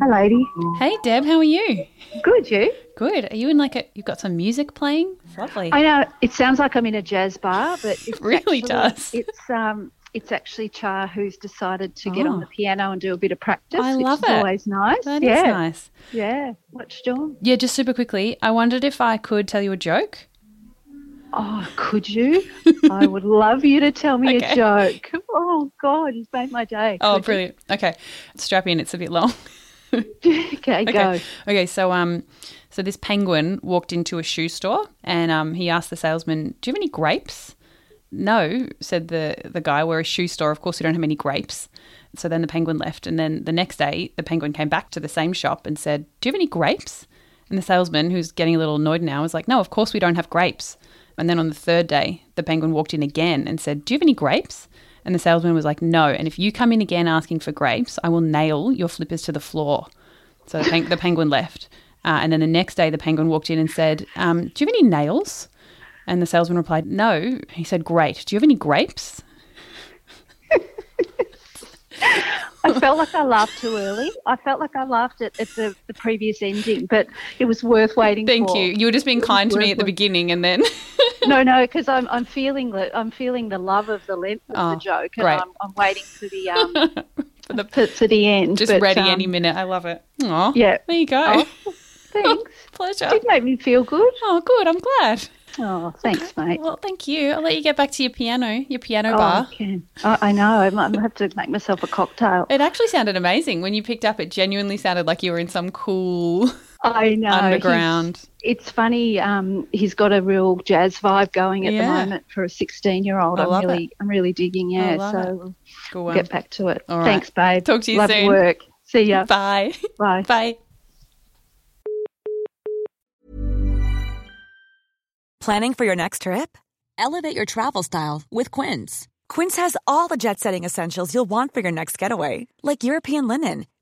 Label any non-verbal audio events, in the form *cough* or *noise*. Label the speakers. Speaker 1: Hi, lady.
Speaker 2: Hey Deb, how are you?
Speaker 1: Good, you?
Speaker 2: Good. Are you in like a? You've got some music playing. It's lovely.
Speaker 1: I know it sounds like I'm in a jazz bar, but it's
Speaker 2: Really
Speaker 1: actually-
Speaker 2: does.
Speaker 1: It's um, it's actually Char who's decided to get
Speaker 2: Oh.
Speaker 1: on the piano and do a bit of practice.
Speaker 2: I love
Speaker 1: which
Speaker 2: it.
Speaker 1: Is always nice.
Speaker 2: That is
Speaker 1: yeah,
Speaker 2: nice.
Speaker 1: yeah. What's John?
Speaker 2: Yeah, just super quickly. I wondered if I could tell you a joke.
Speaker 1: Oh, could
Speaker 2: *laughs*
Speaker 1: you? I would love you to tell me
Speaker 2: Okay.
Speaker 1: a joke. Oh God, you've made my day.
Speaker 2: Oh,
Speaker 1: Could
Speaker 2: brilliant. Okay, strap in. It's a bit long.
Speaker 1: you- *laughs* okay, go.
Speaker 2: Okay. Okay. So um, so this penguin walked into a shoe store and um, he asked the salesman, "Do you have any grapes?" No, said the the guy. We're a shoe store. Of course, we don't have any grapes. So then the penguin left, and then the next day the penguin came back to the same shop and said, "Do you have any grapes?" And the salesman, who's getting a little annoyed now, was like, "No, of course we don't have grapes." And then on the third day, the penguin walked in again and said, "Do you have any grapes?" And the salesman was like, "No, and if you come in again asking for grapes, I will nail your flippers to the floor." So the, peng- the penguin left. Uh, and then the next day, the penguin walked in and said, um, Do you have any nails? And the salesman replied, No. He said, Great. Do you have any grapes?
Speaker 1: I felt like I laughed too early. I felt like I laughed at, at the, the previous ending, but it was worth waiting
Speaker 2: Thank
Speaker 1: for.
Speaker 2: you. You were just being kind to me at the
Speaker 1: worthless.
Speaker 2: beginning. And then, *laughs*
Speaker 1: No, no, because I'm I'm feeling the I'm feeling the love of the length of
Speaker 2: Oh,
Speaker 1: the joke, and
Speaker 2: great.
Speaker 1: I'm, I'm waiting for the um
Speaker 2: *laughs* For the-
Speaker 1: for, for the end.
Speaker 2: just
Speaker 1: but,
Speaker 2: ready
Speaker 1: um,
Speaker 2: any minute. I love it. Aw.
Speaker 1: Yeah.
Speaker 2: There you go.
Speaker 1: Oh, thanks.
Speaker 2: *laughs* Pleasure.
Speaker 1: Did make me feel good.
Speaker 2: Oh, good. I'm glad.
Speaker 1: Oh, thanks, mate.
Speaker 2: Well, thank you. I'll let you get back to your piano, your piano
Speaker 1: Oh,
Speaker 2: bar.
Speaker 1: I, can. I, I know. I might have to make myself a cocktail.
Speaker 2: It actually sounded amazing. When you picked up, it genuinely sounded like you were in some
Speaker 1: Oh,
Speaker 2: cool
Speaker 1: I know. he's-
Speaker 2: underground.
Speaker 1: It's funny. Um, he's got a real jazz vibe going at
Speaker 2: Yeah.
Speaker 1: the moment for a 16 year old.
Speaker 2: I
Speaker 1: I'm
Speaker 2: love
Speaker 1: really, I'm really digging.
Speaker 2: I
Speaker 1: Yeah.
Speaker 2: love
Speaker 1: So
Speaker 2: it.
Speaker 1: we'll
Speaker 2: Good one.
Speaker 1: get back to it.
Speaker 2: All right.
Speaker 1: Thanks, babe.
Speaker 2: Talk to you
Speaker 1: Love
Speaker 2: soon.
Speaker 1: your work. See ya.
Speaker 2: Bye. *laughs*
Speaker 1: Bye.
Speaker 2: Bye.
Speaker 3: Planning for your next trip? Elevate your travel style with Quince. Quince has all the jet setting essentials you'll want for your next getaway, like European linen,